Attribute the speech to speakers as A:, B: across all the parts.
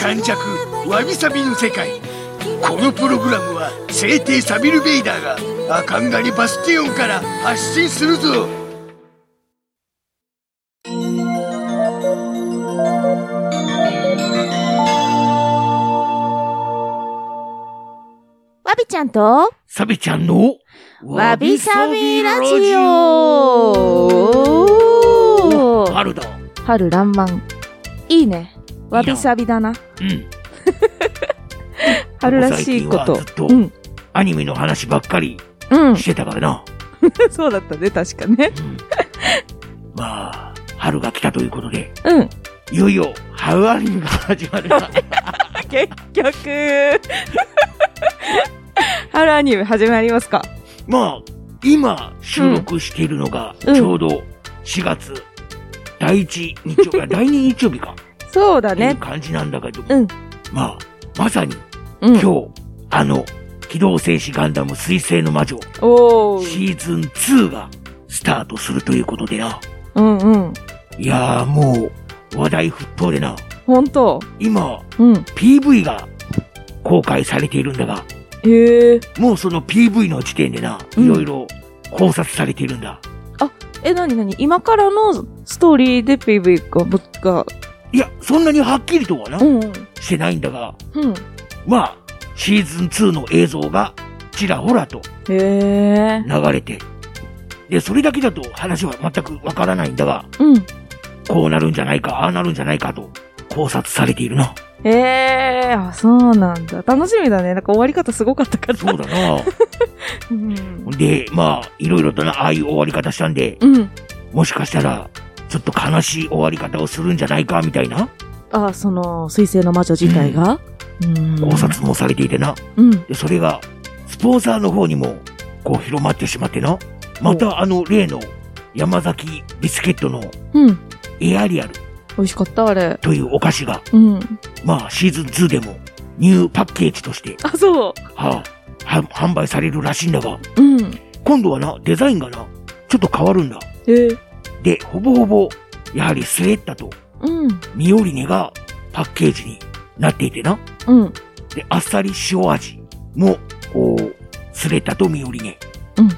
A: 感弱わびさびの世界このプログラムは聖帝サビル・ベイダーがアカンガリ・バスティオンから発信するぞ
B: わびちゃんと
A: サビちゃんの
B: わびさびラジオ
A: 春だ
B: 春らんまんいいねわびさびだな
A: うん
B: 春らしいこ
A: ここ
B: と
A: 最近
B: う
A: はず
B: ん
A: アニメの話ばっかり
B: うん
A: してたからな、
B: そうだったね確かね
A: うん まあ春が来たということで
B: うん
A: いよいよ春アニメが始まるな
B: 結局春アニメ始まりますか
A: まあ、今、収録しているのが、ち
B: うん
A: ょうど4月、第1日曜日、 あ第2日曜日か、
B: そうだ
A: っていう
B: ね
A: 感じなんだけども、
B: うん
A: まあ、まさに
B: う
A: 今日、
B: ん
A: あの、機動戦士ガンダム水星の魔女、
B: おお
A: シーズン2がスタートするということでな。
B: うんうん
A: いやーもう、話題沸騰でな。
B: 本当
A: 今、
B: うん
A: PV が公開されているんだが、
B: へえ
A: もうその PV の時点でな、
B: うん
A: いろいろ考察されているんだ。
B: えなになに今からのストーリーで PV がぶっが
A: いや、そんなにはっきりとはな、
B: うんうん
A: してないんだが、
B: うん
A: まあ、シーズン2の映像がちらほらと
B: へえ
A: 流れて、で、それだけだと話は全くわからないんだが、
B: うん
A: こうなるんじゃないか、ああなるんじゃないかと考察されているな。
B: ええあ、そうなんだ。楽しみだね。なんか終わり方すごかったから。
A: そうだな。
B: うん。
A: で、まあ、いろいろとな、ああいう終わり方したんで、
B: うん。
A: もしかしたら、ちょっと悲しい終わり方をするんじゃないか、みたいな
B: あ、その、水星の魔女自体が、うん、
A: 考察もされていてな。
B: うん。
A: で、それが、スポンサーの方にも、こう広まってしまってな。また、あの、例の、山崎ビスケットの
B: うん。
A: エアリアル
B: 美味しかった、あれ。
A: というお菓子が、
B: うん。
A: まあ、シーズン2でも、ニューパッケージとして、
B: あ、そう。
A: はあ、は販売されるらしいんだが、
B: うん。
A: 今度はな、デザインがな、ちょっと変わるんだ。
B: えー、
A: で、ほぼほぼ、やはりスウェッタと
B: うん。
A: ミオリネがパッケージになっていてな。
B: うん。
A: で、あっさり塩味も、こう、スレッタとミオリネ。
B: うん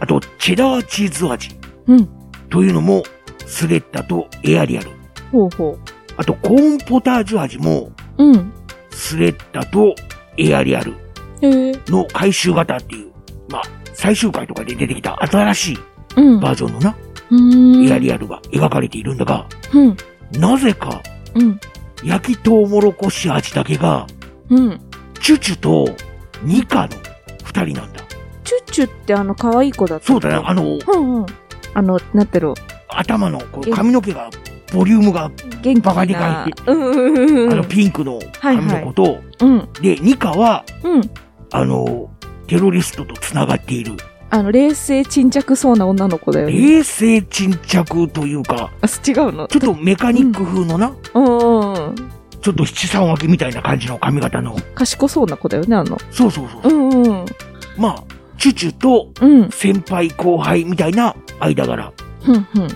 A: あと、チェダーチーズ味。
B: うん
A: というのも、スレッタとエアリアル。
B: ほうほ
A: あと、コーンポタージュ味も、
B: う。うん。
A: スレッタとエアリアル
B: へえ。
A: の回収型っていう、まあ、最終回とかで出てきた新しい
B: うん。
A: バージョンのな、
B: うん。
A: エアリアルが描かれているんだが、
B: うん。
A: なぜか、
B: うん。
A: 焼きトウモロコシ味だけが、
B: うん。
A: チュチュとニカの二人なんだ。
B: チュッチュってあの、可愛い子だった。
A: そうだな、あの、
B: うんうん。あの、なってる。
A: 頭のこう髪の毛が、ボリュームが、
B: 元気な。
A: バカでかい
B: うんうんうんうん。
A: あのピンクの髪の子と、
B: うん。
A: で、ニカは、
B: うん。
A: あの、テロリストと繋がっている。
B: あの、冷静沈着そうな女の子だよね。
A: 冷静沈着というか、
B: あ、違うの
A: ちょっとメカニック風のな、
B: うんうんうん。
A: ちょっと七三分けみたいな感じの髪型の。
B: 賢そうな子だよね、あの。
A: そうそうそ
B: う
A: う。
B: んうん。
A: まあ、チュチュと
B: うん。
A: 先輩後輩みたいな間柄
B: ふんふん。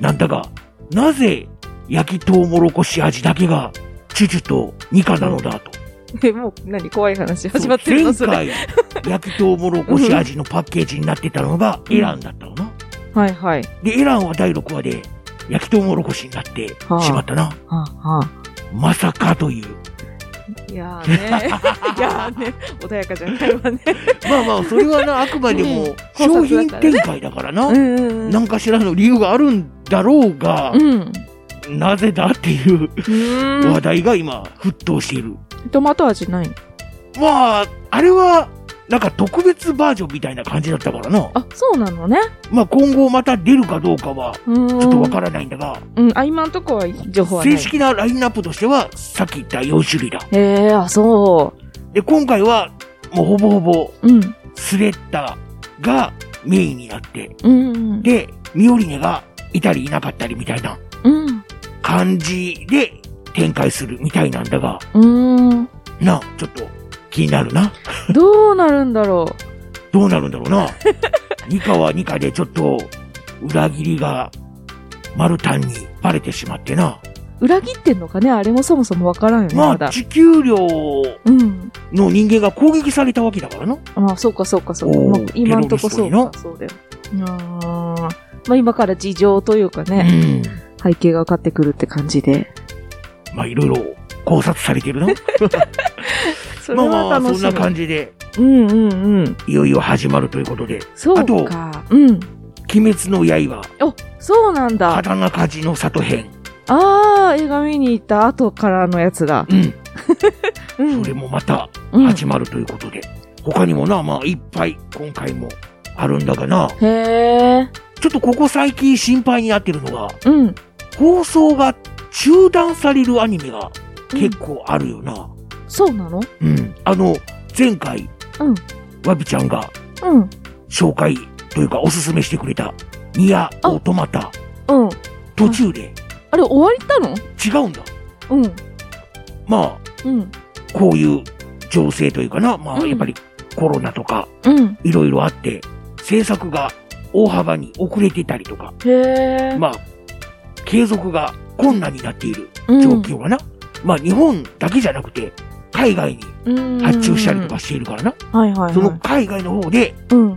A: なんだが、なぜ焼きトウモロコシ味だけが、チュチュとニカなのだと。
B: え、もう、何怖い話始まってるのそ
A: そう
B: れ。はい
A: 前回、焼きとうもろこし味のパッケージになってたのがエランだったのな。
B: はい。
A: で、エランは第6話で、焼きとうもろこしになってしまったな。
B: はあ、は
A: まさかという。
B: あ。いやーね。 いやーね。穏やかじゃないわね。
A: まあまあ、それはな、あくまで
B: うん
A: も
B: 考
A: 商
B: 察だ
A: 品
B: からね
A: 展開だからな。
B: うんうんうん。
A: なんかしらの理由があるんだろうが
B: う、ん。
A: なぜだっていう
B: うー
A: 話
B: ん。
A: 題が今、沸騰している。
B: トマト味ないの
A: まあ、あれは、なんか特別バージョンみたいな感じだったからな。
B: あ、そうなのね。
A: まあ今後また出るかどうかは、
B: うーん。
A: ちょっとわからないんだが、
B: うん、あ、今んとこは情報はない。
A: 正式なラインナップとしては、さっき言った4種類だ。
B: へえー、あ、そ
A: で、今回は、もうほぼほぼ、
B: う。うん。
A: スレッタがメインになって、
B: うん。
A: で、ミオリネがいたりいなかったりみたいな
B: うん。
A: 感じで展開するみたいなんだが、
B: うーん。
A: なあ、ちょっと気になるな。
B: どうなるんだろ
A: どうなるんだろうな。 ニカはニカでちょっと裏切りが丸ンにバレてしまってな。
B: う。裏切ってんのかねあれもそもそもわからんよね、ま
A: まあ、
B: だ。
A: 地球量
B: うん。
A: の人間が攻撃されたわけだからな。
B: あそうかそうかそうか。
A: お
B: まあ
A: ー、
B: 今んとこそう
A: テロリ
B: か。そうだよ。あーまあ今から事情というか
A: う
B: ね、
A: ん。
B: 背景が分かってくるって感じで。
A: まあ、いろいろ考察されてるな。
B: それ
A: まあ
B: は
A: まあ、
B: 楽
A: そん
B: しみ。
A: な感じで、
B: うんうんうん。
A: いよいよ始まるということで、
B: そうか。うん。
A: 鬼滅の刃、
B: そうなんだ。
A: 刀鍛冶の里編。
B: ああ、映画見に行った後からのやつだ。
A: うん。
B: うん。
A: それもまた
B: うん、
A: 始まるということで。他にもな、まあ、いっぱい、今回もあるんだがな。
B: へえ。
A: ちょっとここ最近心配になってるのが、
B: うん。
A: 放送が中断されるアニメが結構あるよな。
B: そうなの
A: うん。あの、前回、
B: うん。
A: わびちゃんが
B: うん。
A: 紹介というかおすすめしてくれた、ニア・オートマタ、
B: うん。
A: 途中で
B: あれ終わりたの
A: 違うんだ。
B: うん。
A: まあ、
B: うん。
A: こういう情勢というかな、ま
B: う
A: あ、
B: ん
A: やっぱりコロナとか
B: うん。
A: いろいろあって、制作が大幅に遅れてたりとか、
B: へえ。
A: まあ、継続が困難になっている
B: うん、
A: 状況がな、まあ日本だけじゃなくて、海外に発注したりとかしているからな、
B: うん。はいはい、はい。
A: その海外の方で、
B: うん。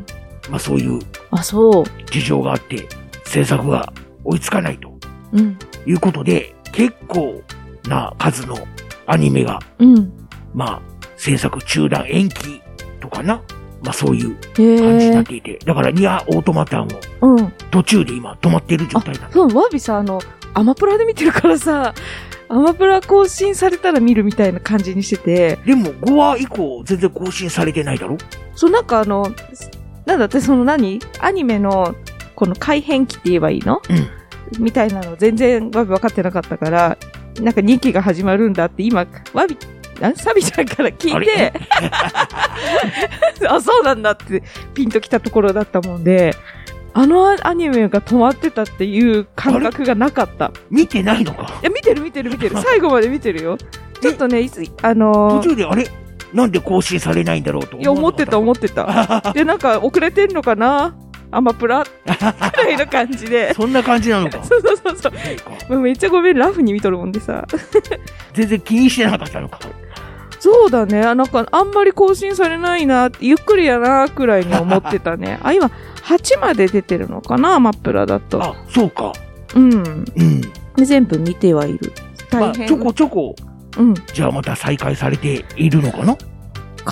A: まあそういう
B: あ、そう。
A: 事情があって、制作が追いつかないと
B: うん。
A: いうことで、結構な数のアニメが、
B: うん。
A: まあ制作中断延期とかな、まあそういう感じに
B: へ
A: なっ
B: え。
A: ていて、だからニアオートマタンを
B: うん。
A: 途中で今止まっている状態なんだ。
B: そう、ワビさ、あの、アマプラで見てるからさ、アマプラ更新されたら見るみたいな感じにしてて、
A: でも5話以降全然更新されてないだろ
B: そう、なんかあの、なんだってその何アニメの、この改変期って言えばいいの
A: うん。
B: みたいなの全然ワビ分かってなかったから、なんか2期が始まるんだって今、ワビ、あサビちゃんから聞
A: あ
B: い
A: れ
B: て、あそうなんだってピンときたところだったもんで、あのアニメが止まってたっていう感覚がなかった。い
A: 見てないのか。
B: や、見てる見てる見 てる。最後まで見てるよ。ちょっとね、いつ、あのー
A: 途中であれなんで更新されないんだろうと
B: いや、思ってた思
A: っ
B: ってた。
A: た。
B: で、なんか遅れてんのかなアマプラくらいの感じで。
A: そんな感じなの か。
B: そうそうそうそう。まあめっちゃごめん、ラフに見とるもんでさ。
A: 全然気にしてなかったのか。
B: そうだね。あなんか、あんまり更新されないな、ゆっくりやな、くらいに思ってた ね。あ、今、8まで出てるのかな、アマップラだと。
A: あ、そうか。
B: うん。
A: うん。
B: で全部見てはいる。
A: ま
B: 大
A: あ、
B: 変。
A: ちょこちょこ、
B: うん。
A: じゃあまた再開されているのかなだ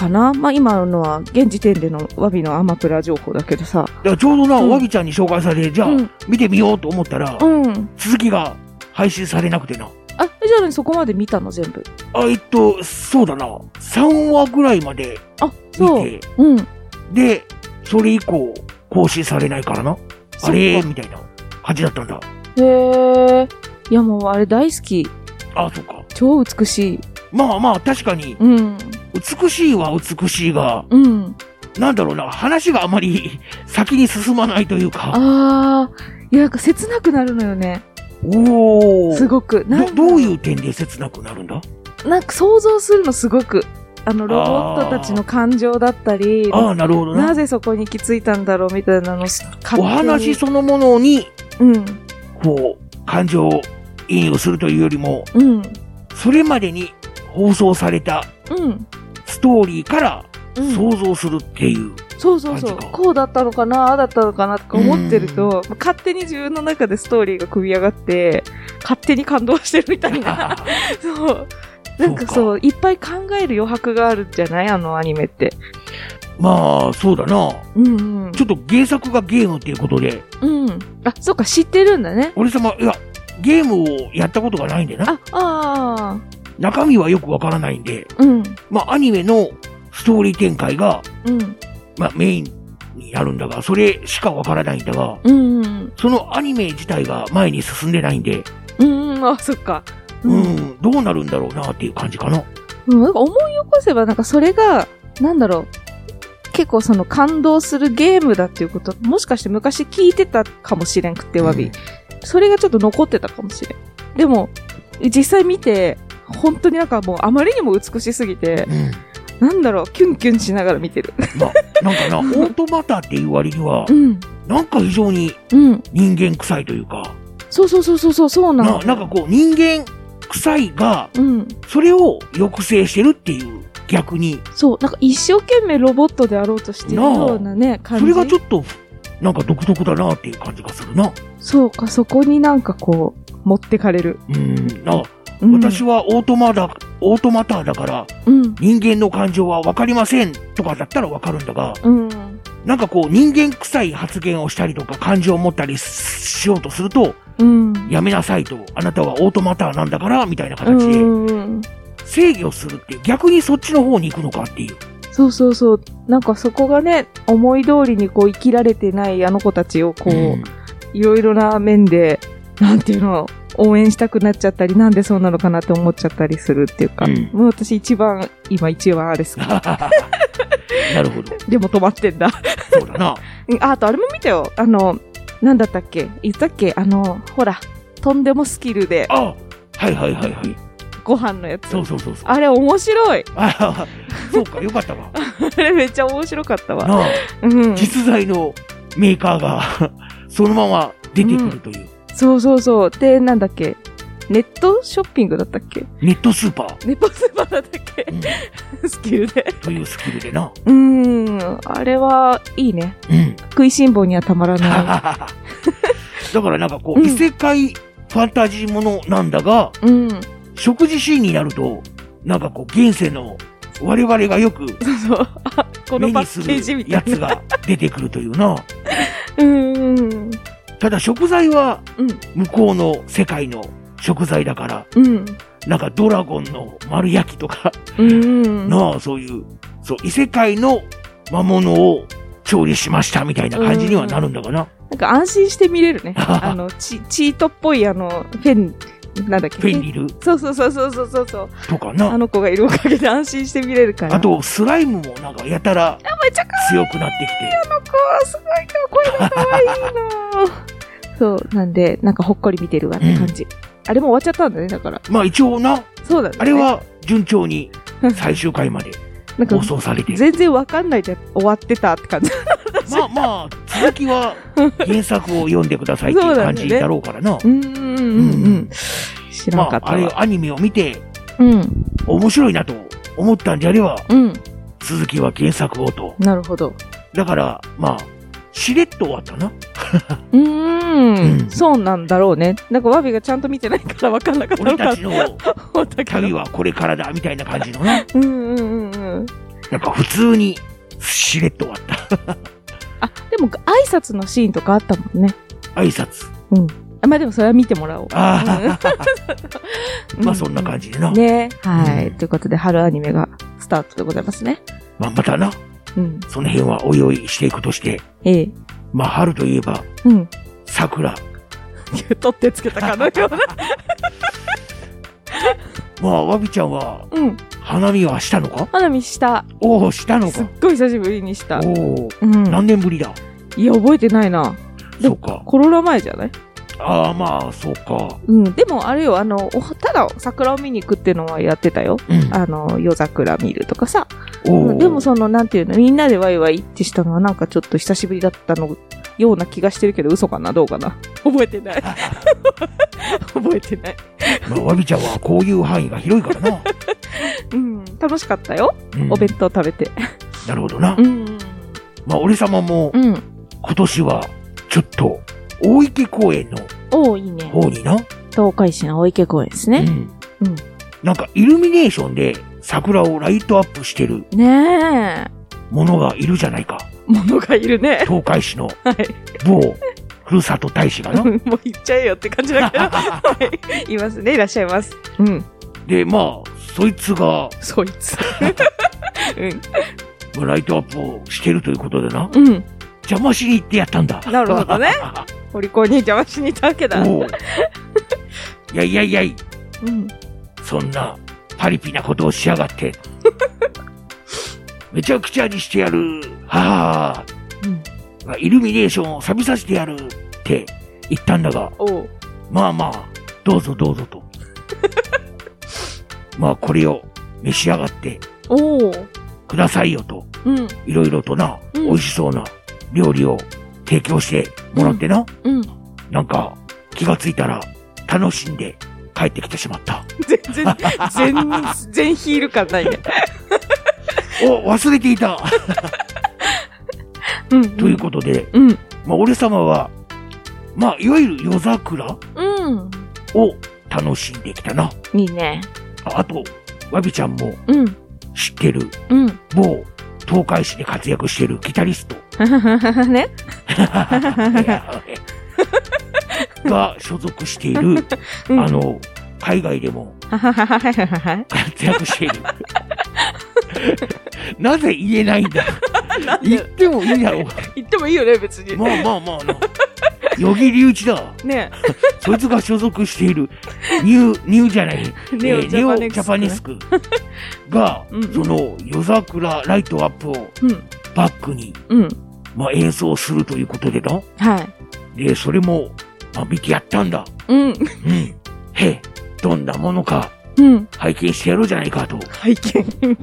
A: か
B: かなまあ、今のは、現時点でのワビのアマプラ情報だけどさ。
A: らちょうどな、
B: うん
A: わびちゃんに紹介されて、じゃあ、
B: うん。
A: 見てみようと思ったら、
B: うん。
A: 続きが配信されなくてな。
B: あ、じゃあ、そこまで見たの、全部。
A: あ、えっと、そうだな。3話ぐらいまで
B: あ、
A: 見
B: そう。
A: て、
B: うん。
A: で、それ以降、更新されないからな。あれ
B: そっ
A: みたいな感じだったんだ。
B: かへえ。いや、もう、あれ大好き。
A: あ、そうか。
B: 超美しい。
A: まあまあ、確かに、
B: うん。
A: 美しいは美しいが、
B: うん。
A: なんだろうな、話があまり 先に進まないというか。
B: ああ、いや、なんか切なくなるのよね。
A: おお。
B: すごく。な
A: ど
B: ん
A: どういうう点で切なくなるんだ
B: なんか想像するのすごく。あの、ロボットたちの感情だったり、
A: ああ、なるほど
B: な
A: な。
B: ぜそこに行き着いたんだろうみたいなの、
A: お話そのものに、
B: うん、
A: こう、感情を引用するというよりも、
B: うん、
A: それまでに放送された
B: うん。
A: ストーリーから
B: うん、
A: 想像するっていう。
B: そうそうそう
A: 感じか
B: こうだったのかなああだったのかなとか思ってると勝手に自分の中でストーリーが組み上がって勝手に感動してるみたいなそうなんか
A: そ
B: そういっぱい考える余白があるじゃないあのアニメって
A: まあ、そうだな。
B: うんうん
A: ちょっと原作がゲームっていうことで、
B: うんあそっか知ってるんだね
A: 俺様、いや、ゲームをやったことがないんでな。
B: あ、ああ、
A: 中身はよくわからないんで、
B: うん、
A: まあ、アニメのストーリー展開が、
B: うん。
A: まあ、メインになるんだが、それしかわからないんだが、
B: うんうん。
A: そのアニメ自体が前に進んでないんで、
B: うんうん。あ、そっか。
A: う。ん、どうなるんだろうなっていう感じかな。
B: うん、なんか思い起こせば、なんかそれが、なんだろう。結構その感動するゲームだっていうこと、もしかして昔聞いてたかもしれんくってわび。それがちょっと残ってたかもしれん。でも、実際見て、本当になんかもうあまりにも美しすぎて、
A: うん。
B: なんだろう、キュンキュンしながら見てる。
A: まあ、なん かな、オートマタっていう割には
B: う、ん。
A: なんか非常に
B: うん。
A: 人間臭いというか、
B: そうそうそうそうそう、そうな
A: な
B: の。
A: なんかこう、人間臭いが、
B: うん。
A: それを抑制してるっていう、逆に。
B: そう。なんか一生懸命ロボットであろうとしてるようなね、感
A: そ
B: じ。
A: れがちょっと、なんか独特だなっていう感じがするな。
B: そうか、そこになんかこう、持ってかれる。
A: うん。な、
B: うん、
A: 私はオートマだ、オートマターだから、
B: うん。
A: 人間の感情はわかりませんとかだったらわかるんだが、
B: うん。
A: なんかこう、人間臭い発言をしたりとか、感情を持ったりしようとすると、
B: うん。
A: やめなさいと、あなたはオートマターなんだから、みたいな
B: う
A: 形で、
B: ん。
A: 制御するっていう、逆にそっちの方に行くのかっていう。
B: そうそうそう。なんかそこがね、思い通りにこう生きられてないあの子たちをこう、
A: うん
B: いろいろな面で、なんていうの、応援したくなっちゃったり、なんでそうなのかなって思っちゃったりするっていうか、
A: うん
B: もう私一番、今一番あれ です。
A: なるほど。
B: でも止まってんだ。
A: そうだな。
B: うんあ、あとあれも見たよ。あの、なんだったっけ言ったっけあの、ほら、とんでもスキルで
A: あはいはいはいはい。
B: ご飯のやつ。
A: そうそうそうそう。
B: あれ面白い。
A: あ そうか、よかったわ。
B: あれめっちゃ面白かったわ。
A: なあ、
B: うん。
A: 実在のメーカーが、そのまま出てくるという。
B: そうそうそう。で、なんだっけネットショッピングだったっけ
A: ネットスーパー、
B: ネットスーパーだったっけ
A: うん
B: スキルで。
A: というスキルでな。
B: うーん。あれは、いいね。
A: うん。
B: 食いしん坊にはたまらな
A: だからなんかこう、
B: うん
A: 異世界ファンタジーものなんだが、
B: い。うん。そ
A: 食事シーンになると、なんかこう、現世の我々がよく
B: うそう。あこ
A: 目
B: のパ
A: にす
B: ッケージみ
A: る
B: た
A: や
B: いな。
A: つが出てくるというな。
B: うーん。
A: ただ食材は
B: うん
A: 向こうの世界の食材だから、
B: うん。
A: なんかドラゴンの丸焼きとか、
B: うん。
A: なあ、そういう、そう、異世界の魔物を調理しましたみたいな感じにはなるんだかな。
B: なんか安心して見れるね。あの、チチートっぽいあの、フェン、なんだっけ
A: フェンリル
B: そうそうそうそうそうそうそう。
A: とか
B: あ
A: な。
B: の子がいるおかげで安心して見れるから。
A: あ、と、スライムもなんかやたら
B: めっちゃ可
A: 強くなってきて。
B: 愛い子はすごいか、声が可愛いなそう、なんで、なんかほっこり見てるわって感じ。あれもう終わっちゃったんだね、だから。
A: まあ一応な、
B: そうだね。
A: あれは順調に最終回まで
B: なんか
A: 放、送されて。
B: 全然わかんないで終わってたって感じ。
A: まあまあ、続きは原作を読んでくださいっていう感じだろうからな。
B: うんうんうんうん。知
A: ま
B: らなかっ
A: あ、
B: た
A: あれ
B: わ。
A: アニメを見て
B: うん、
A: 面白いなと思ったんじゃれば、
B: うん。
A: 続きは原作をと。
B: なるほど。
A: だから、まあ、しれっと終 わったな。
B: うー
A: うん
B: ん、そうなんだろうね。なんか、ワビがちゃんと見てないから分かんなかった
A: 俺
B: のか
A: た
B: な
A: ちの
B: と思ったけ
A: 旅
B: ど。
A: はこれからだ、みたいな感じのね。
B: うんうんうんうん。
A: なんか普通に、しれっと終わった。
B: あ、でも、挨拶のシーンとかあったもんね。
A: 挨拶。
B: あまあでも、それは見てもらおう。
A: ああ、
B: う
A: まあそんな感じでな。
B: ね。はい、
A: うん
B: ということで、春アニメがスタートでございますね。
A: まあまたな、
B: うん。
A: その辺はおいおいしていくとして、
B: ええ。
A: まあ春といえば、
B: うん。
A: 桜。
B: 取ってつけたかのような。
A: まあ、わびちゃんは、
B: うん。
A: 花見はしたのか
B: 花見した。
A: おお、したの
B: すっ
A: か。
B: ごい久しぶりにした。
A: おお、
B: うん。
A: 何年ぶりだ。
B: いや、覚えてないな。で
A: そ
B: も
A: うか。
B: コロナ前じゃない
A: ああ、まあ、そうか。
B: うん。でも、あれよ、あの、おただ桜を見に行くっていうのはやってたよ。
A: うん。
B: あの、夜桜見るとかさ。
A: おー
B: でも、その、なんていうの、みんなでワイワイってしたのは、なんかちょっと久しぶりだったの、ような気がしてるけど、嘘かなどうかな 覚えて ない。覚えてない。
A: まあ、わびちゃんはこういう範囲が広いか らな。
B: うん。楽しかったよ。
A: うん
B: お弁当食べて。
A: なるほどな。
B: うん。
A: まあ、俺様も
B: うん。
A: 今年はちょっと大池公園の
B: おおいいね。
A: 方にな。
B: 東海市の大池公園です
A: う
B: ね。
A: ん
B: うん
A: なんかイルミネーションで桜をライトアップしてる
B: ねえ。
A: ものがいるじゃないか。
B: ものがいる ね。
A: 東海市の
B: はい。
A: 某ふるさと大使がな。
B: もう行っちゃえよって感じだけど。はい。いますね。いらっしゃいます。うん。
A: で、まあ、そいつが、
B: そいつ。
A: まあライトアップをしてるということでな。
B: うん。うん。
A: 邪魔しに行ってやったんだ。
B: なるほど ね。お利口に邪魔しに行ったわけだ。う
A: おういやいやいやい、
B: ん。
A: そんなパリピなことをしやがって。 めちゃくちゃにしてやる。は
B: うん。
A: あ、イルミネーションを錆びさせてやるって言ったんだが、
B: おう。
A: まあまあ、どうぞど うぞと。まあこれを召し上がって
B: おう。
A: くださいよと、
B: うん。
A: いろいろとな、
B: うん
A: 美味しそうな料理を提供してもらってな、
B: うん。
A: なんか気がついたら楽しんで帰ってきてしまった。
B: 全然、全、全ヒール感ないね。
A: お、忘れていた
B: うん。
A: ということで、
B: うん。
A: まあ俺様は、まあいわゆる夜桜
B: うん。
A: を楽しんできたな。
B: いいね。
A: ああと、わびちゃんも
B: うん。
A: 知ってる
B: うん。
A: 某東海市で活躍しているギタリスト
B: ね。
A: が所属している、
B: うん
A: あ。の、海外でも
B: はははははは
A: 活躍している。なぜ言えないんだ
B: なん
A: 言っ
B: で
A: てもいい だろう。
B: 言ってもいいよね、別に。
A: まあまあまあな。よぎり打ちだ。
B: ね。
A: そいつが所属しているニュー、ニューじゃない、
B: ネオ
A: えー
B: ジャパネクストね
A: スクが、
B: うん
A: その夜桜ライトアップを
B: うん。
A: バックに、
B: うん。
A: まあ、演奏するということでな。
B: はい。
A: で、それも、まあ、見てやったんだ。
B: うん。
A: うん。へえ、どんなものか
B: うん。
A: 拝見してやろうじゃないかと。
B: 拝見。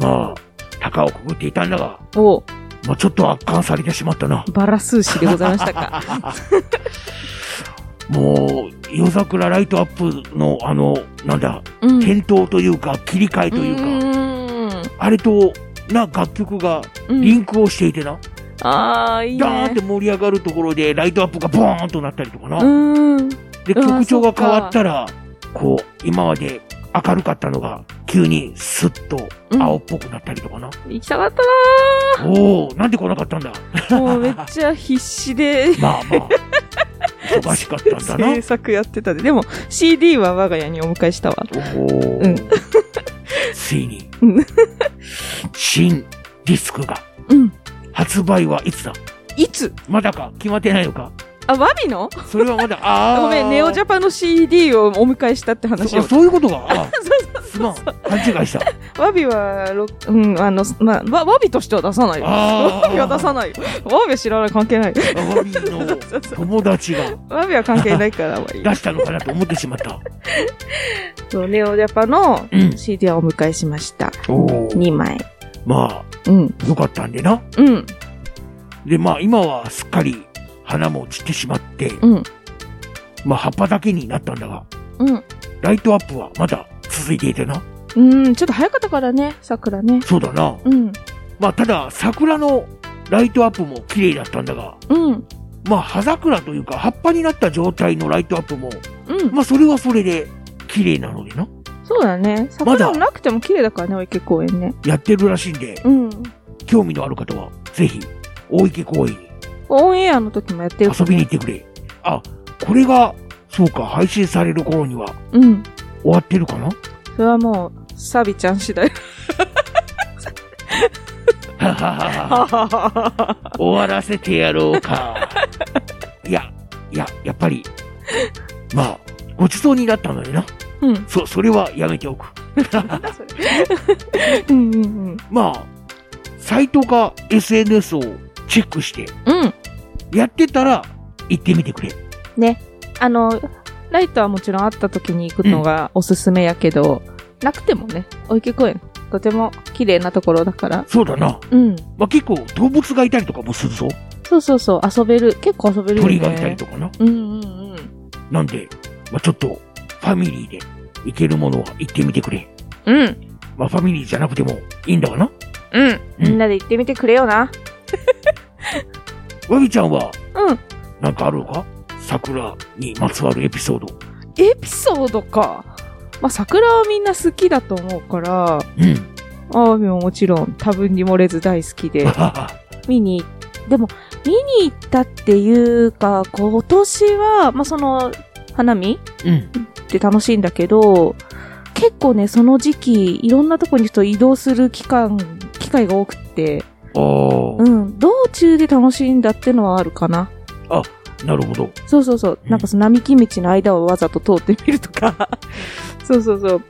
A: まあ、高をくぐっていたんだが、
B: お
A: まあ、ちょっと圧巻されてしまったな。
B: バラ数詞でございましたか。
A: もう、夜桜ライトアップの、あの、なんだ、
B: うん。
A: 転倒というか、切り替えというか、あれと、な、楽曲が
B: うん。
A: リンクをしていてな、
B: ああ、いい
A: ダーンっ
B: ね
A: て。盛り上がるところでライトアップがボーンとなったりとかな、
B: うん。
A: で、
B: うわ
A: 曲
B: そ
A: 調が
B: っか
A: 変わったら、こう、今まで明るかったのが、急にスッと青っぽくなったりとかな、
B: 行きたかった
A: おおなんで来なかったんだ
B: なーもうめっちゃ必死で
A: まあ まあ、忙しかったんだな
B: 制。作やってたで。でも CD は我が家にお迎えしたわ。
A: おお、
B: うん
A: ついに
B: うん、
A: 新ディスクが、
B: うん。
A: 発売はいつだ
B: いつ
A: まだか決まってないのか
B: あ、ワビの
A: それは まだ、ああ。
B: ごめん、ネオジャパの CD をお迎えしたって話
A: そ
B: を
A: あ。そういうことか。あ
B: そう
A: すまん。勘違いした。
B: ワビはロ、うん、あの、まあ、ワワビとしては出さないよ。
A: あ
B: ワ
A: ー
B: ビは出さないよ。ワビは知らない、関係ない。
A: ワビの
B: そうそう
A: 友達が
B: ワビは関係ないから、ワビ。
A: 出したのかなと思ってしまった。
B: そうネオジャパの
A: うん
B: CD をお迎えしました。
A: お
B: 2枚。
A: ま
B: うん。
A: あ、よかったんでな。
B: うん。
A: で、まあ、今はすっかり花も散ってしまって、
B: うん。
A: まあ、葉っぱだけになったんだが、
B: うん。
A: ライトアップはまだ続いていてな。
B: うん、ちょっと早かったからね、桜ね。
A: そうだな。
B: うん。
A: まあ、ただ、桜のライトアップも綺麗だったんだが、
B: うん。
A: まあ、葉桜というか、葉っぱになった状態のライトアップも、
B: うん。
A: まあ、それはそれで綺麗なのでな。
B: そうだね。
A: まだ
B: 桜もなくても綺麗だからね、お池公園ね。
A: やってるらしいんで、
B: うん。
A: 興味のある方は、ぜひ、大池公園に
B: オンエアの時もやってるか
A: 遊
B: ら
A: びに行ってくれ。あ、これが、そうか、配信される頃には
B: うん。
A: 終わってるかな
B: それはもう、サビちゃん次第。
A: 終わらせてやろうか。 いや、いや、やっぱり、まあ、ごちそうになったのでな。
B: うん。
A: そ、それはやめておく。
B: なんだそれうんうんうん。
A: まあ、サイトか SNS をチェックして、
B: うん。
A: やってたら行ってみてくれ。
B: あの、ライトはもちろんあった時に行くのがおすすめやけど、なくてもね、お池公園、とても綺麗なところだから。
A: そうだな。
B: うん。
A: まあ結構動物がいたりとかもするぞ。
B: そうそうそう、遊べる。結構遊べるよね。
A: 鳥がいたりとかな。
B: うんうんうん。
A: なんで、まあ、ちょっと、ファミリーで行けるものは行ってみてくれ。
B: うん。
A: まあ、ファミリーじゃなくてもいいんだかな
B: うん。みんなで行ってみてくれよな。
A: わびちゃんは、
B: うん。
A: なんかあるのか桜にまつわるエピソード。
B: エピソードか。まあ、桜はみんな好きだと思うから、
A: うん。
B: あわびももちろん多分に漏れず大好きで
A: は。はは
B: 見に、でも、見に行ったっていうか、今年は、まあ、その、花見
A: うん。
B: って楽しいんだけど、結構ね、その時期、いろんなとこに人移動する期間、機会が多くて、
A: あー
B: うん、道中で楽しんだってのはあるかな。
A: なるほど。
B: そうそうそう。
A: うん
B: なんかその並木道の間をわざと通ってみると か。そうそうそう。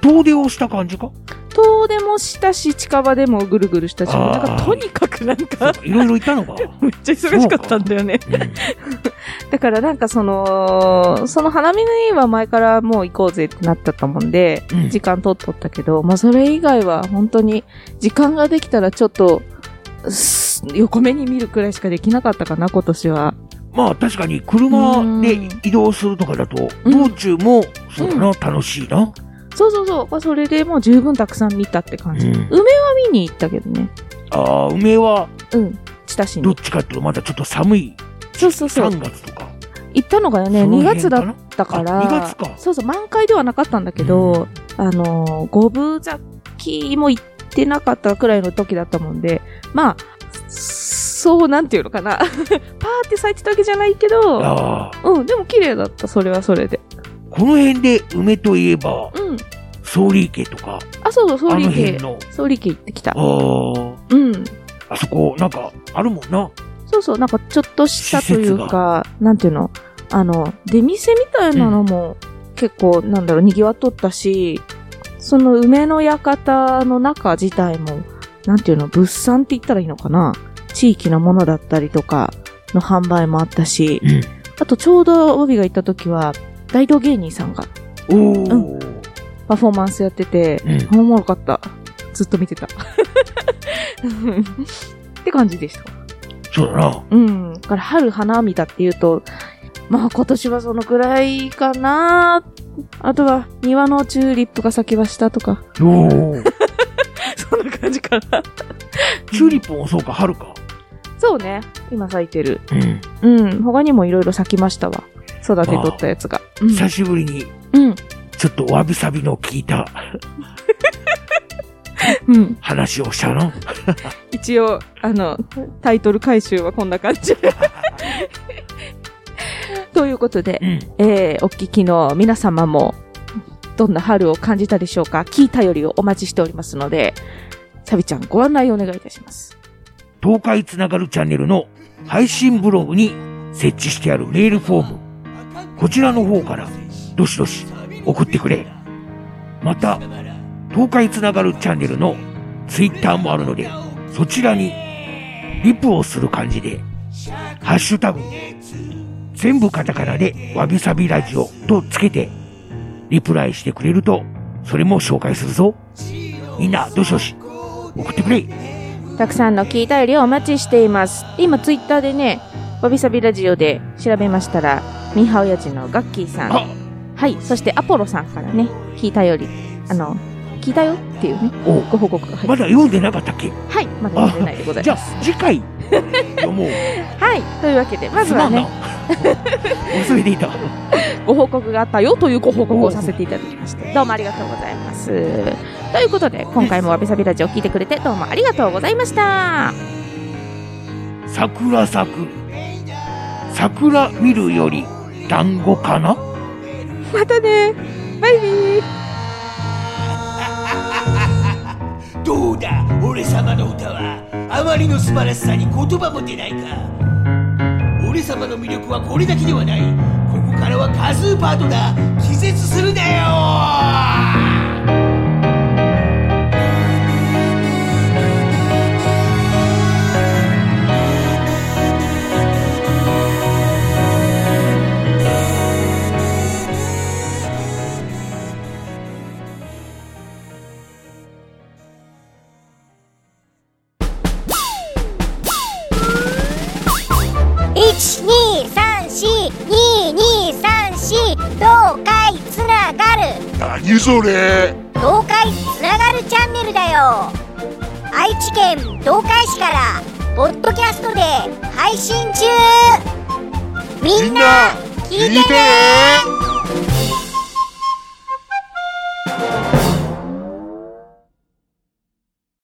A: 遠出をした感じか
B: 遠出もしたし、近場でもぐるぐるしたし、
A: あ
B: な
A: ー
B: んかとにかくなん
A: そう
B: か、
A: かいろいろいた のか。
B: めっちゃ忙しかったんだよね。
A: うん
B: だからなんかその、その花見の家は前からもう行こうぜってなっちゃったもんで、
A: うん
B: 時間取っとったけど、まあそれ以外は本当に時間ができたらちょっと、す横目に見るくらいしかできなかったかな、今年は。
A: まあ確かに車で移動するとかだと、道中も、そうだな、楽しいな。
B: そうそうそう。まあそれでもう十分たくさん見たって感じ。
A: うん
B: 梅は見に行ったけどね。
A: ああ、梅は、
B: うん。千田市
A: どっ
B: に。
A: ちかっていうとまだちょっと寒い。
B: そうそうそう。
A: 3月とか。
B: 行ったのがね、
A: その
B: 2
A: 辺
B: 月だ
A: か
B: っ
A: な
B: たから、
A: あ2月か
B: そうそう、満開ではなかったんだけど、あのー、五分咲きも行ってなかったくらいの時だったもんで、まあ、そう、なんていうのかな。パ ーって咲いてたわけじゃないけど、
A: ああ、
B: うん、でも綺麗だった、それはそれで。
A: この辺で梅といえば、
B: うん。
A: 総理池とか、
B: あ、そうそう、ソ
A: あ
B: ーリ
A: の
B: ー
A: 辺
B: 系。
A: の、
B: ソーリー系行ってきた
A: あ。あ、
B: うん。
A: あそこ、なんか、あるもんな。
B: そうそう、なんかちょっとしたとい
A: 施設
B: うか、なんていうの、あの、出店みたいなのも結構、なんだろう、賑わっとったし、その梅の館の中自体も、なんていうの、物産って言ったらいいのかな地域のものだったりとかの販売もあったし、あとちょうど帯が行った時は、大道芸人さんが
A: うん。おー。
B: パフォーマンスやってて、
A: うん。
B: おもろかった。ずっと見てた。 って感じでした。
A: そうだな。
B: うん。だから春花見だっていうと、まあ今年はそのくらいかな。あとは庭のチューリップが咲きましたとか、
A: おー。
B: そんな感じかな。
A: チューリップもそうか、春か。
B: そうね。今咲いてる。
A: うん。
B: うん。他にもいろいろ咲きましたわ。育てとったやつが。
A: 久しぶりに、
B: うん。うん。
A: ちょっとわびさびの効いた
B: うん。
A: 話をしたな。
B: 一応、あの、タイトル回収はこんな感じ。 ということで
A: う、ん。
B: えーお聞きの皆様も、どんな春を感じたでしょうか聞いたよりをお待ちしておりますので、サビちゃんご案内をお願いいたします。
A: 東海つながるチャンネルの配信ブログに設置してあるメールフォーム、こちらの方からどしどし送ってくれ。また、東海つながるチャンネルのツイッターもあるので、そちらにリプをする感じで、ハッシュタグ、全部カタカナでわびさびラジオとつけて、リプライしてくれると、それも紹介するぞ。みんな、どしどし送ってくれ。
B: たくさんの聞いたよりをお待ちしています。今ツイッターでね、わびさびラジオで調べましたら、ミーハオヤジのガッキーさん、
A: あ
B: はい、そしてアポロさんからね、聞いたより、あの、聞いたよっていうね、
A: お
B: ご報告が入
A: ま
B: って、
A: だ読んでなかったっけ
B: はい、まだ読んでないでござい
A: じゃ
B: ま
A: あ
B: す。
A: 次 回読もう。
B: はい、というわけで、ますず
A: ま
B: は
A: んな
B: ね、。
A: 忘れていた。
B: ご報告があったよというご報告をさせていただきまして、どうもありがとうございます。ということで、今回もわびさびラジオを聞いてくれてどうもありがとうございました。
A: 桜咲く。桜見るより団子かな
B: またねバイビー
C: どうだ俺様の歌はあまりの素晴らしさに言葉も出ないか俺様の魅力はこれだけではないここからは多数パートだ気絶するなよ
D: 12342234東海つながる
E: 何それ
D: 東海つながるチャンネルだよ愛知県東海市からポッドキャストで配信中みんな聞いてね